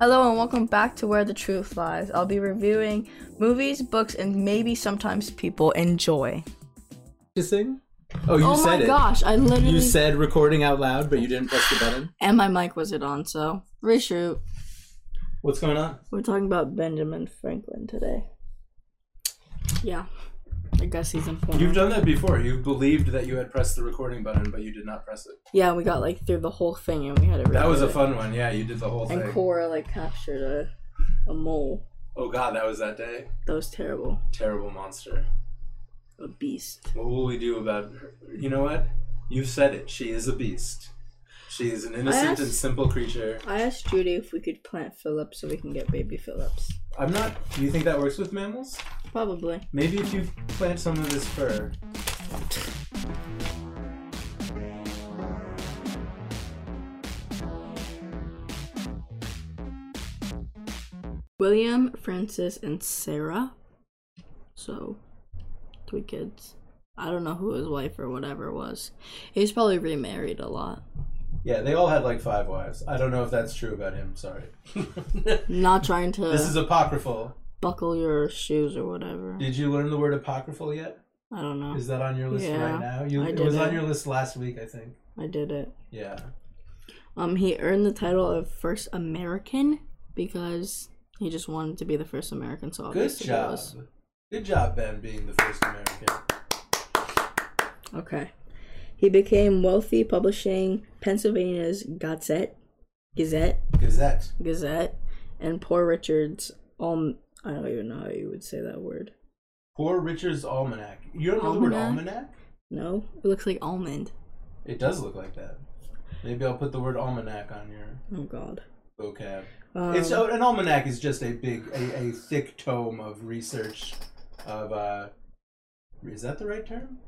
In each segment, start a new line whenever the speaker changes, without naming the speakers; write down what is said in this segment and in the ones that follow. Hello and welcome back to Where the Truth Lies. I'll be reviewing movies, books, and maybe sometimes people enjoy.
Kissing? Oh, you
oh
said
my
it.
gosh, I literally
You said recording out loud, but you didn't press the button.
and my mic was it on, so reshoot.
What's going on?
We're talking about Benjamin Franklin today. Yeah. I guess he's important.
You've done that before. You believed that you had pressed the recording button, but you did not press it.
yeah, we got like through the whole thing and we had it.
That was a
recorded.
fun one. Yeah, you did the whole
And
thing.
Cora like captured a a mole.
Oh god, that was that day.
That was terrible.
Terrible monster.
A beast.
What will we do about her? You know what? You said it. She is a beast. She is an innocent and
asked-
simple creature.
I asked Judy if we could plant Phillips so we can get baby Phillips.
I'm not. Do you think that works with mammals?
Probably.
Maybe if you plant some of his fur.
William, Francis, and Sarah. So, three kids. I don't know who his wife or whatever was. He's probably remarried a lot.
Yeah, they all had like five wives. I don't know if that's true about him. Sorry.
Not trying to
This is apocryphal.
buckle your shoes or whatever.
Did you learn the word apocryphal yet?
I don't know.
Is that on your list
Yeah,
right now? You,
I
it
did
was on
it.
your list last week, I think.
I did it.
Yeah.
Um, he earned the title of first American because he just wanted to be the first American. So
Good
obviously he
job.
was.
Good job, Ben, being the first American.
Okay. He became wealthy publishing Pennsylvania's Gazette, Gazette,
Gazette.
Gazette, and Poor Richard's Alm. I don't even know how you would say that word.
Poor Richard's Almanac. You don't know the word
Almanac?
almanac?
No, it looks like almond.
It does look like that. Maybe I'll put the word almanac on your
Oh God.
vocab.
Um,
it's oh, an almanac is just a big, a, a thick tome of research, of uh, is that the right term?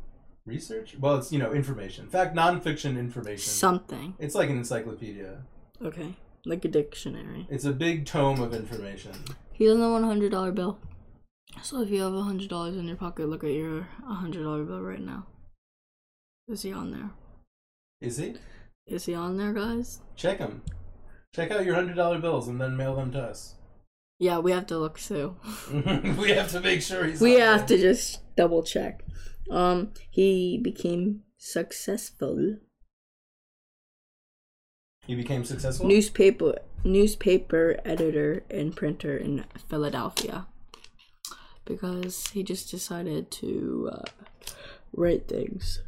Research? Well, it's you know information. In fact, nonfiction information.
something.
It's like an encyclopedia.
Okay, like a dictionary.
It's a big tome of information.
He's on the one hundred dollar bill. So if you have hundred dollars in your pocket, look at your hundred dollar bill right now. Is he on there?
Is he?
Is he on there, guys?
Check them. Check out your hundred dollar bills and then mail them to us.
Yeah, we have to look too.
we have to make sure he's.
we
on
have
there.
to just double check. Um, he became successful
He became successful.
newspaper newspaper editor and printer in Philadelphia because he just decided to uh, write things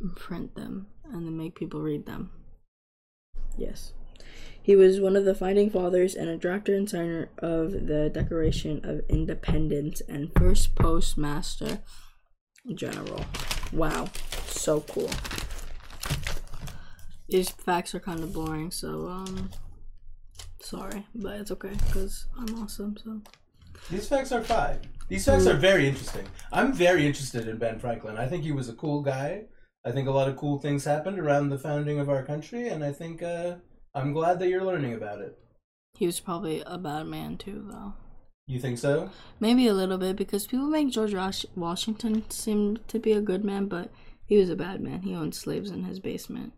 and print them and then make people read them. Yes. He was one of the founding fathers and a drafter and signer of the Declaration of Independence and first postmaster general. Wow, so cool. These facts are kind of boring, so um, sorry, but it's okay because I'm awesome. So
These facts are fine. These facts are very interesting. I'm very interested in Ben Franklin. I think he was a cool guy. I think a lot of cool things happened around the founding of our country, and I think uh, I'm glad that you're learning about it.
he was probably a bad man too, though.
You think so?
Maybe a little bit because people make George Wash- Washington seem to be a good man, but he was a bad man. He owned slaves in his basement.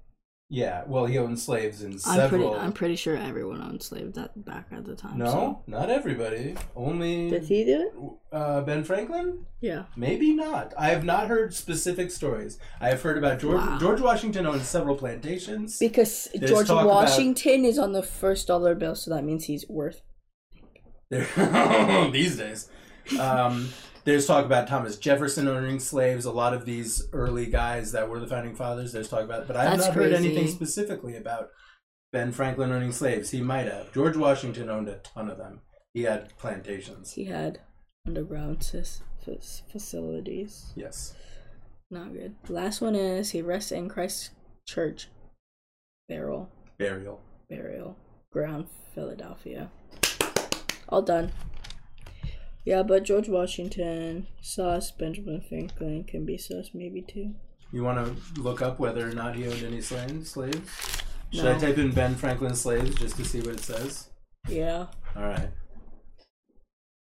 Yeah. Well, he owned slaves in
I'm pretty,
several.
I'm pretty sure everyone owned slaves at, back at the time.
no, not everybody.
so.
Only
he do it?
uh, Ben Franklin.
Yeah.
Maybe not. I have not heard specific stories. I have heard about George
Wow.
George Washington owned several plantations.
Because
There's
George
talk about-
Washington is on the first dollar bill, so that means he's worth.
There- These days, um, there's talk about Thomas Jefferson owning slaves. A lot of these early guys that were the founding fathers. There's talk about, but I have
That's
not heard
crazy.
anything specifically about Ben Franklin owning slaves. He might have. George Washington owned a ton of them. He had plantations.
He had underground sis- fac- facilities.
Yes.
Not good. Last one is he rests in Christ Church burial
Burial.
burial ground, Philadelphia. All done. Yeah, but George Washington, sus, Benjamin Franklin can be sus maybe too.
You want to look up whether or not he owned any slaves? Slaves? Should I
No.
type in Ben Franklin slaves just to see what it says?
Yeah,
All right.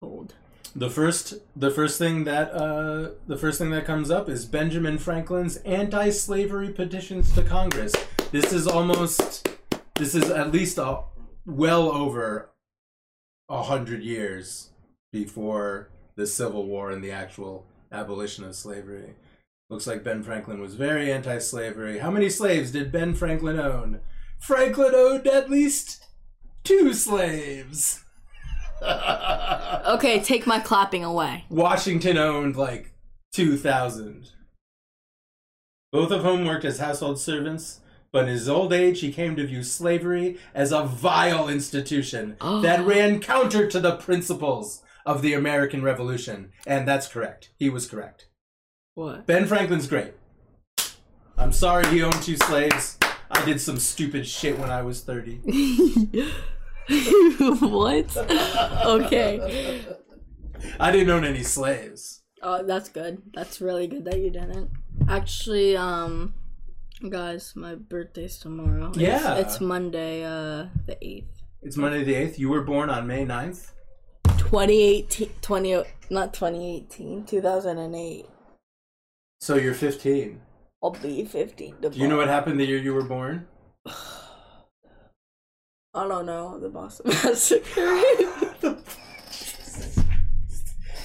old.
The first, the first thing that uh, the first thing that comes up is Benjamin Franklin's anti-slavery petitions to Congress. This is almost, this is at least a well over a hundred years before the Civil War and the actual abolition of slavery. Looks like Ben Franklin was very anti slavery. How many slaves did Ben Franklin own? Franklin owned at least two slaves.
Okay, take my clapping away.
Washington owned like 2,000. Both of whom worked as household servants, but in his old age he came to view slavery as a vile institution that ran counter to the principles of the American Revolution. And that's correct. He was correct.
What?
Ben Franklin's great. I'm sorry he owned two slaves. I did some stupid shit when I was 30.
what? Okay.
I didn't own any slaves.
Oh, that's good. That's really good that you didn't. Actually, um, guys, my birthday's tomorrow. It's-
Yeah.
It's, Monday, uh, the 8th.
It's Monday the 8th. You were born on May 9th.
2018, 20, not 2018, 2008.
So you're 15.
I'll be 15. The
Do you know
boss-
what happened the year you were born?
I don't know. The Boston Massacre.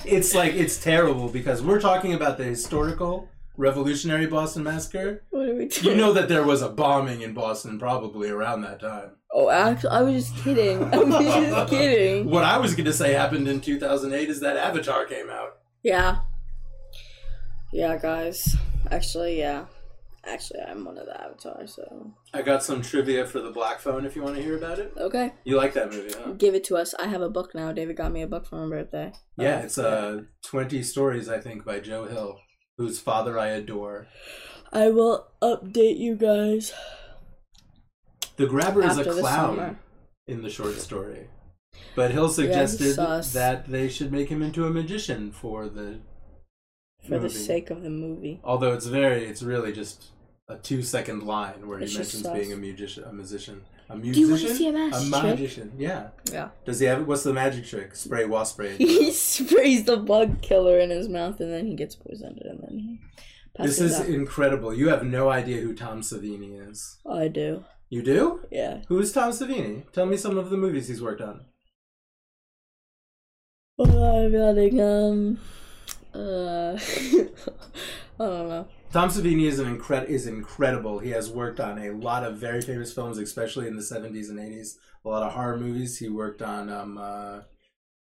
It's like, it's terrible because we're talking about the historical revolutionary Boston Massacre.
what are we doing?
You know that there was a bombing in Boston probably around that time.
oh, actually, I was just kidding. I was just kidding.
What I was going to say happened in 2008 is that Avatar came out.
Yeah. Yeah, guys. Actually, yeah. Actually, I'm one of the avatars, so.
I got some trivia for the Black Phone if you want to hear about it.
Okay.
You like that movie, huh?
Give it to us. I have a book now. David got me a book for my birthday.
Yeah, it's uh, 20 Stories, I think, by Joe Hill, whose father I adore.
I will update you guys.
The grabber is a
After the
clown
summer.
in the short story. But Hill
he's
suggested
sus.
that they should make him into a magician for the
For
movie.
the sake of the movie.
Although it's very, it's really just a two second line where
It's
he
just
mentions
sus.
being a musician, a musician, a musician,
you wanna see a magic
a
trick?
magician. Yeah.
Yeah.
Does he have? What's the magic trick? Spray wasp spray.
He sprays the bug killer in his mouth and then he gets poisoned and then he passes
this is
out.
incredible. You have no idea who Tom Savini is.
I do.
You do?
Yeah.
Who is Tom Savini? Tell me some of the movies he's worked on.
Oh, I'm running, um. Uh. I don't know.
Tom Savini is an incre- is incredible. He has worked on a lot of very famous films, especially in the seventies and eighties. A lot of horror movies. He worked on um, uh,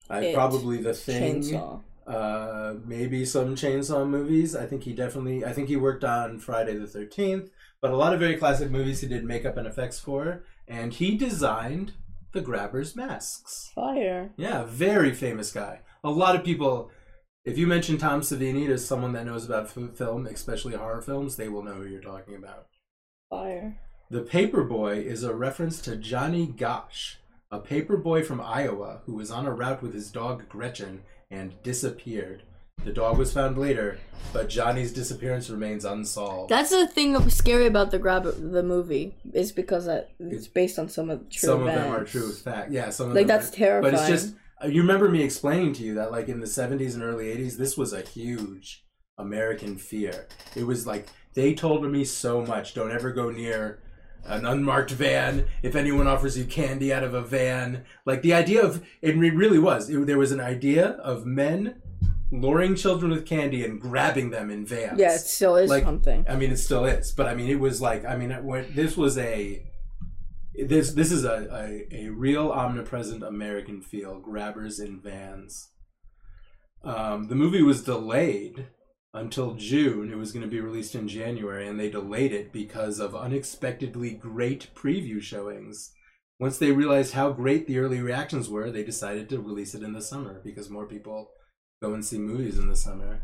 I,
It.
probably the thing,
Chainsaw.
uh, maybe some chainsaw movies. I think he definitely. I think he worked on Friday the Thirteenth, but a lot of very classic movies he did makeup and effects for, and he designed the Grabber's masks.
Fire.
Yeah, very famous guy. A lot of people, if you mention Tom Savini to someone that knows about f- film, especially horror films, they will know who you're talking about.
Fire.
The Paperboy is a reference to Johnny Gosh, a paperboy from Iowa who was on a route with his dog Gretchen and disappeared. The dog was found later, but Johnny's disappearance remains unsolved.
That's the thing that was scary about the grab the movie is because that it's based on some of the true
some
events.
of them are true fact. Yeah, some of
Like,
them are-
that's
But it's
terrifying.
just uh, you remember me explaining to you that like in the 70s and early 80s this was a huge American fear. It was like they told me so much, don't ever go near an unmarked van. If anyone offers you candy out of a van, like the idea of it re- really was it, there was an idea of men luring children with candy and grabbing them in vans.
Yeah, it still is
Like,
something.
I mean, it still is, but I mean, it was like, I mean, it, went- this was a, this this is a, a, a real omnipresent American feel, grabbers in vans. Um, the movie was delayed until June. It was going to be released in January, and they delayed it because of unexpectedly great preview showings. Once they realized how great the early reactions were, they decided to release it in the summer because more people go and see movies in the summer.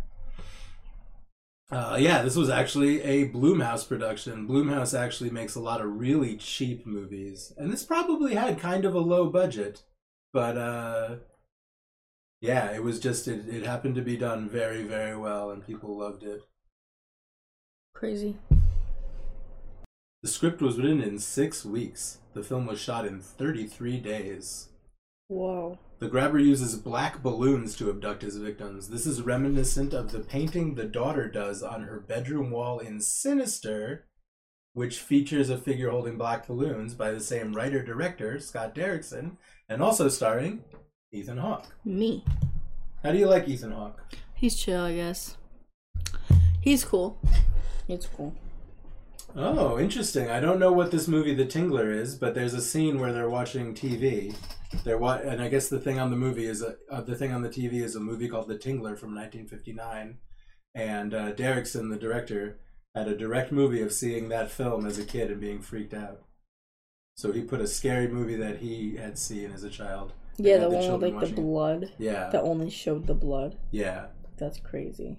Uh, yeah, this was actually a Bloomhouse production. Bloomhouse actually makes a lot of really cheap movies, and this probably had kind of a low budget, but uh, yeah, it was just it, it happened to be done very very well, and people loved it.
Crazy.
The script was written in six weeks. The film was shot in thirty three days.
Whoa.
The grabber uses black balloons to abduct his victims. This is reminiscent of the painting the daughter does on her bedroom wall in Sinister, which features a figure holding black balloons by the same writer director, Scott Derrickson, and also starring Ethan Hawke.
Me.
How do you like Ethan Hawke?
He's chill, I guess. He's cool. It's cool.
Oh, interesting. I don't know what this movie The Tingler is, but there's a scene where they're watching TV. They're wa- and I guess the thing on the movie is a, uh, the thing on the TV is a movie called The Tingler from 1959, and uh, Derrickson, the director, had a direct movie of seeing that film as a kid and being freaked out. So he put a scary movie that he had seen as a child. and
Yeah,
had
the one with like
children
the
watching it.
blood
Yeah,
that only showed the blood.
yeah.
That's crazy.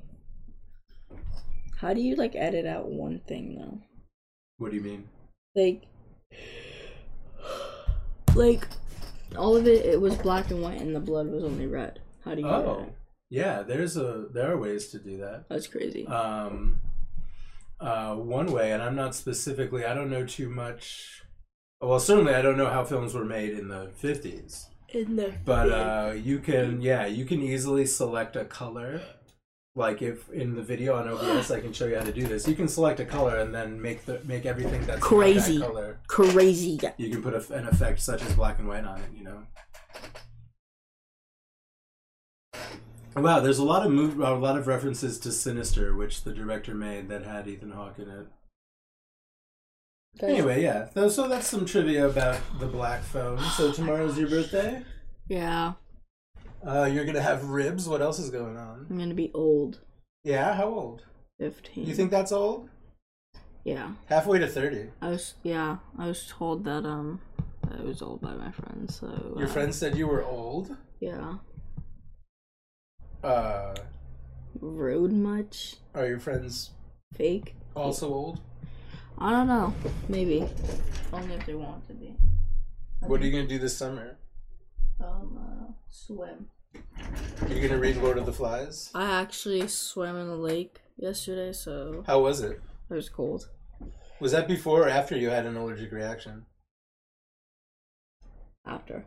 How do you like edit out one thing though?
What do you mean?
like like all of it it was black and white and the blood was only red how do you do
Oh,
that?
yeah. There's a there are ways to do that.
that's crazy
um, uh, one way, and I'm not specifically, I don't know too much. Well, certainly I don't know how films were made in the 50s,
in the
but uh, you can, yeah, you can easily select a color. Like if in the video on OBS, I can show you how to do this. You can select a color and then make the make everything that's not that
Crazy.
color.
crazy
You can put a, an effect such as black and white on it. You know. Wow, there's a lot of move, a lot of references to Sinister, which the director made that had Ethan Hawke in it. Anyway, yeah. So, so that's some trivia about the black phone. So tomorrow's your birthday.
yeah
Uh, you're gonna have ribs. What else is going on?
i'm gonna be old
Yeah, how old?
15
You think that's old?
yeah
Halfway to thirty.
i was yeah i was told that um i was old by my friends so
Your
uh,
friend said you were old.
yeah
Uh,
rude much
are your friends
fake
also old?
i don't know maybe only if they want to be
What are you gonna do this summer?
um uh, swim
You're gonna read Lord of the Flies.
I actually swam in the lake yesterday, so
How was it?
it was cold.
Was that before or after you had an allergic reaction?
After,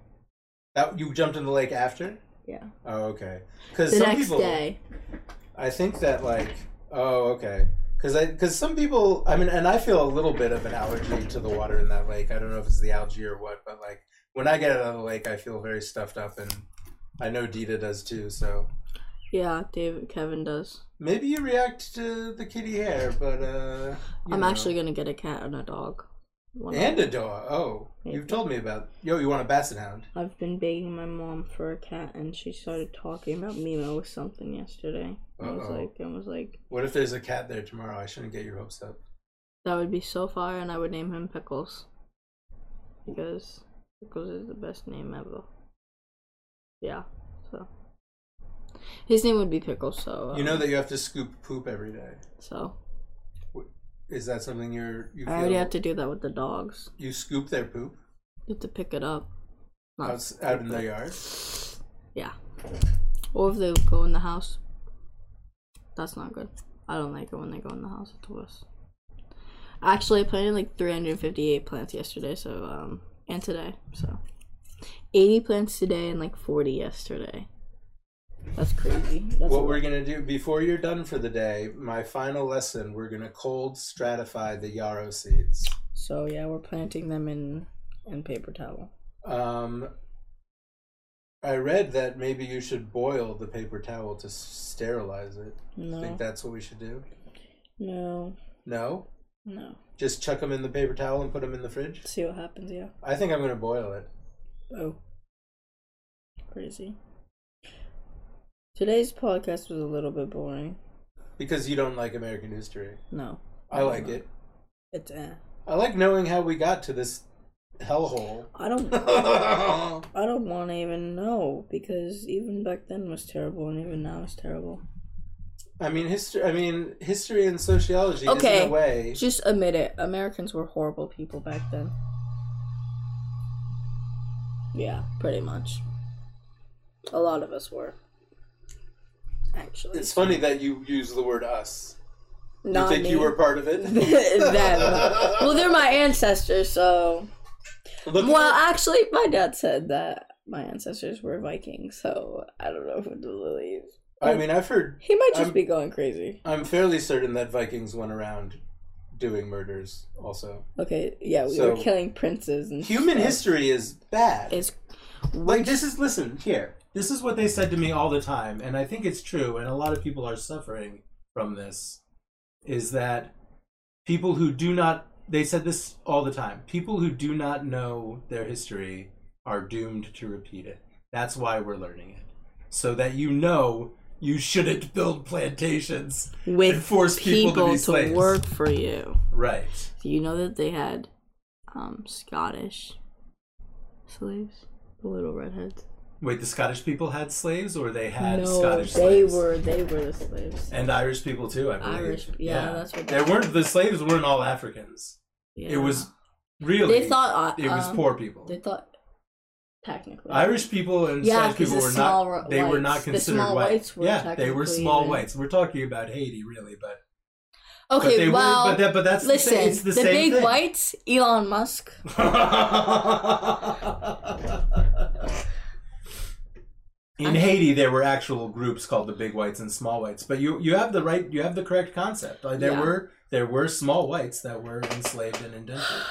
That you jumped in the lake after?
yeah,
Oh, okay. Because
the
some
next
people,
day.
I think that like, oh, okay. Because I because some people, I mean, and I feel a little bit of an allergy to the water in that lake. I don't know if it's the algae or what, but like when I get out of the lake, I feel very stuffed up, and I know Dita does too. So
Yeah, David Kevin does.
maybe you react to the kitty hair, but uh, you
I'm
know.
actually gonna get a cat and a dog. One of-
and a dog. Oh,
Maybe.
you've told me about. Yo, you want a basset hound?
I've been begging my mom for a cat, and she started talking about Mimo with something yesterday. I was
Uh-oh.
like, I was like,
What if there's a cat there tomorrow? I shouldn't get your hopes up.
that would be so fire, and I would name him Pickles because Pickles is the best name ever. Yeah, so his name would be Pickles. So
You
um,
know that you have to scoop poop every day.
so
Is that something you're you feel?
I already have to do that with the dogs.
You scoop their poop
You have to pick it up. Not-
out, out in the yard.
yeah. Or if they go in the house. That's not good. I don't like it when they go in the house. It's worse. Actually, I planted like 358 plants yesterday, so, um, and today, so. 80 plants today and like 40 yesterday. That's crazy. That's
What
a
we're
lot.
gonna do before you're done for the day, my final lesson, we're gonna cold stratify the yarrow seeds.
So, yeah, we're planting them in, in paper towel.
Um, I read that maybe you should boil the paper towel to s- sterilize it.
No.
Think that's what we should do?
No.
No,
No.
just chuck them in the paper towel and put them in the fridge.
See what happens, yeah.
I think I'm gonna boil it.
Oh. Crazy. Today's podcast was a little bit boring.
Because you don't like American history.
No.
I like it.
It's eh.
I like knowing how we got to this hellhole.
I don't
I
I don't wanna even know because even back then was terrible and even now it's terrible.
mean, history. I mean, history and sociology is
Okay.
in a way.
Just admit it, Americans were horrible people back then. Yeah, pretty much. A lot of us were. Actually.
It's funny that you use the word "us." You
Not
think
me.
you were part of it?
them. Well, they're my ancestors, so
Look,
Well, actually, my dad said that my ancestors were Vikings, so I don't know who to believe.
I mean, I've heard.
He might just
I'm-
be going crazy.
I'm fairly certain that Vikings went around doing murders also.
Okay, yeah, we were
So-
killing princes and
Human
stuff.
history is bad.
is
like this is listen here this is what they said to me all the time and i think it's true and a lot of people are suffering from this is that people who do not they said this all the time people who do not know their history are doomed to repeat it that's why we're learning it so that you know you shouldn't build plantations
with
and force people
people,
to be
to,
slaves.
work for you.
right
Do you know that they had um, Scottish slaves, the little redheads.
wait the scottish people had slaves or they had
no,
scottish
they
slaves
were they were the slaves.
and irish people too i believe
Irish, yeah, that's what
They weren't the slaves weren't all Africans.
yeah.
It was really
They thought uh,
it was
um,
poor people.
They thought technically
Irish people and
Yeah,
Scottish
'cause
people
the
were
small
not
ri-
they were
whites-
not
the
considered
small
white.
whites were
yeah, they were
technically
small
even-
whites. We're talking about Haiti really, but
Okay,
but they
well,
were, but that but that's
listen,
the same, it's the, same
big
thing.
whites, Elon Musk.
In Haiti, there were actual groups called the Big Whites and Small Whites, but you you have the right you have the correct concept. Like, there
Yeah.
were there were small whites that were enslaved and indentured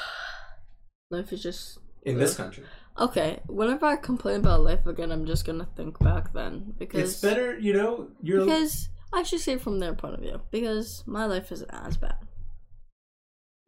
Life is just
in this country.
okay. Whenever I complain about life again, I'm just gonna think back then because
It's better, you know. You're
because I should say from their point of view because my life isn't as bad.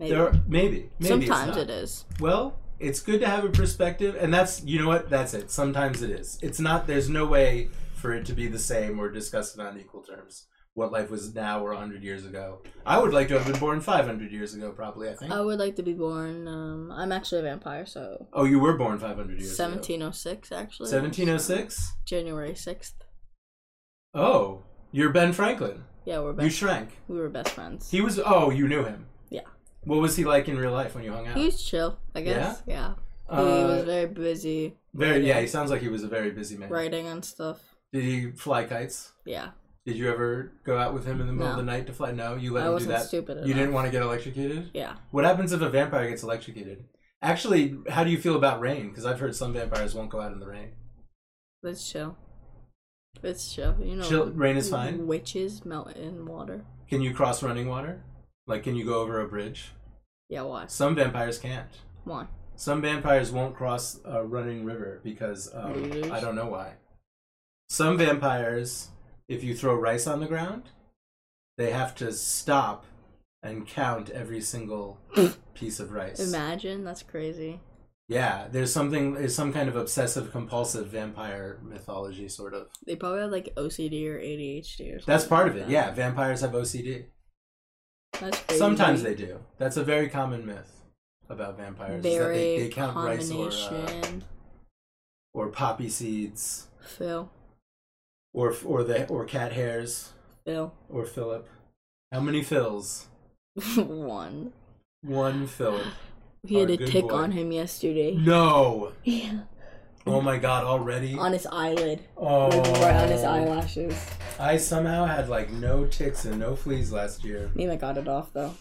Maybe.
there. Are, maybe, maybe
Sometimes
it's not.
it is.
Well, it's good to have a perspective, and that's you know what. That's it. Sometimes it is. It's not. There's no way for it to be the same or discussed on equal terms. What life was now or hundred years ago. I would like to have been born five hundred years ago, probably. I think.
I would like to be born. Um, I'm actually a vampire, so
oh, you were born five hundred years ago.
1706 actually.
Seventeen oh six.
January 6th.
Oh, you're Ben Franklin.
Yeah, we're
You
best.
shrank.
we were best friends.
He was. Oh, you knew him.
Yeah.
What was he like in real life when you hung out? Uh,
He was chill, I guess. Yeah. he was very busy
very. Yeah, he sounds like he was a very busy man.
writing and stuff.
Did he fly kites?
Yeah.
Did you ever go out with him in the middle of
No.
the night to fly? No, you
I
let him do
wasn't
that.
stupid
you
enough.
didn't want to get electrocuted.
Yeah.
What happens if a vampire gets electrocuted? Actually, how do you feel about rain? Because I've heard some vampires won't go out in the rain.
Let's chill. Let's chill. You know
Chill, rain is fine.
witches melt in water.
Can you cross running water? Like, can you go over a bridge?
Yeah, why?
Some vampires can't.
Why?
Some vampires won't cross a running river because um,
Really?
I don't know why. Some vampires, if you throw rice on the ground, they have to stop and count every single piece of rice.
Imagine that's crazy.
Yeah, there's something, there's some kind of obsessive compulsive vampire mythology, sort of.
They probably have like OCD or ADHD or something.
That's part of
like
it.
that.
Yeah, vampires have OCD.
That's crazy.
Sometimes they do. That's a very common myth about vampires. is that
very
they, they count rice or, uh,
combination.
or poppy seeds.
Phil,
or or the or cat hairs
Phil,
or Philip. How many Phils?
one.
One Philip.
He had
Our
a
good
tick
boy.
on him yesterday.
No.
Yeah.
Oh my God! Already.
on his eyelid,
Oh.
like right on his eyelashes.
I somehow had like no ticks and no fleas last year.
Me, I got it off though.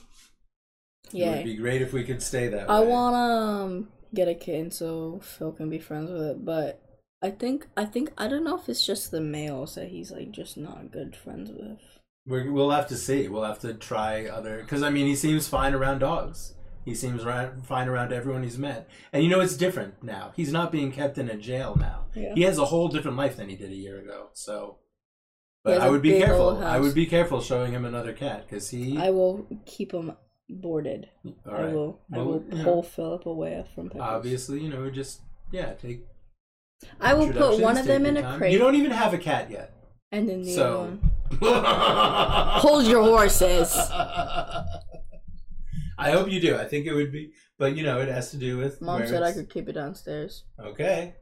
It would
Yeah.
be great if we could stay that
I
way.
wanna um, get a kitten so Phil can be friends with it, but I think I think I don't know if it's just the males that he's like just not good friends with.
We're, we'll have to see. We'll have to try other. Because I mean, he seems fine around dogs. He seems ri- fine around everyone he's met. And you know, it's different now. He's not being kept in a jail now.
Yeah.
He has a whole different life than he did a year ago. So,
He
but
has
I
a
would be
big
careful.
old
I
house.
would be careful showing him another cat because he.
I will keep him boarded.
all
I
right.
will. I
Well,
will
you know,
pull Philip away from Pickles.
obviously, you know, just yeah, take.
I will put one of
introductions,
them
take
in
your
a
time.
crate
You don't even have a cat yet,
and then the other
so.
one. Hold your horses.
I hope you do. I think it would be, but you know, it has to do with.
Mom
where
said I
it's-
could keep it downstairs.
Okay.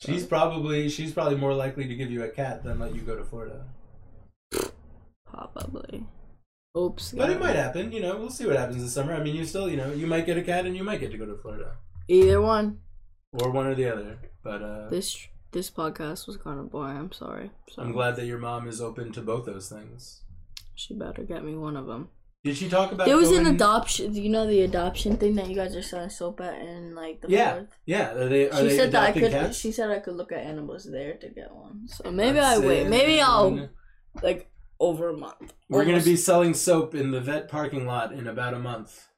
She's probably she's probably more likely to give you a cat than let you go to Florida.
Probably. Oops.
But it
yeah.
might happen. You know, we'll see what happens this summer. I mean, you still, you know, you might get a cat and you might get to go to Florida
Either one.
or one or the other. But uh,
This this podcast was kind of boring. I'm sorry. So
I'm glad that your mom is open to both those things.
she better get me one of them.
Did she talk about
There was an
going-
adoption. You know the adoption thing that you guys are selling soap at in like the
Yeah,
fourth.
yeah. Are they? Are
she
they
said that I
adopting
could.
cats?
She said I could look at animals there to get one. So maybe
Let's
I wait.
see.
Maybe I'll like over a month.
We're going to
Almost.
be selling soap in the vet parking lot in about a month.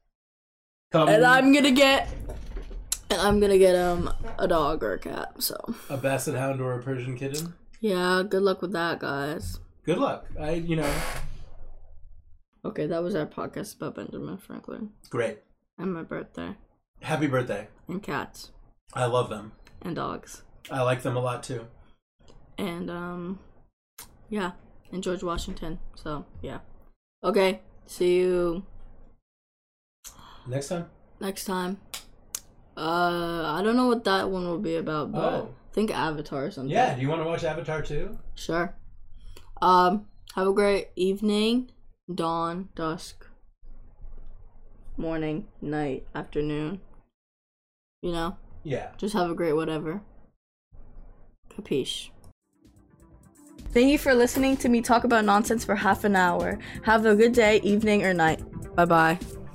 Come
and I'm gonna get, and I'm gonna get um a dog or a cat. So
a basset hound or a Persian kitten.
yeah, good luck with that, guys.
Good luck. I, you know,
Okay, that was our podcast about Benjamin Franklin
great.
and my birthday
Happy birthday.
and cats
I love them.
and dogs
I like them a lot too.
and um yeah and George Washington. So yeah, okay. See you
Next time.
next time. Uh, I don't know what that one will be about, but
Oh.
I think Avatar or something.
Yeah. Do you want to watch Avatar too?
Sure. Um, have a great evening, dawn, dusk, morning, night, afternoon. You know,
Yeah.
just have a great whatever. Capiche. Thank you for listening to me talk about nonsense for half an hour. Have a good day, evening, or night. Bye bye.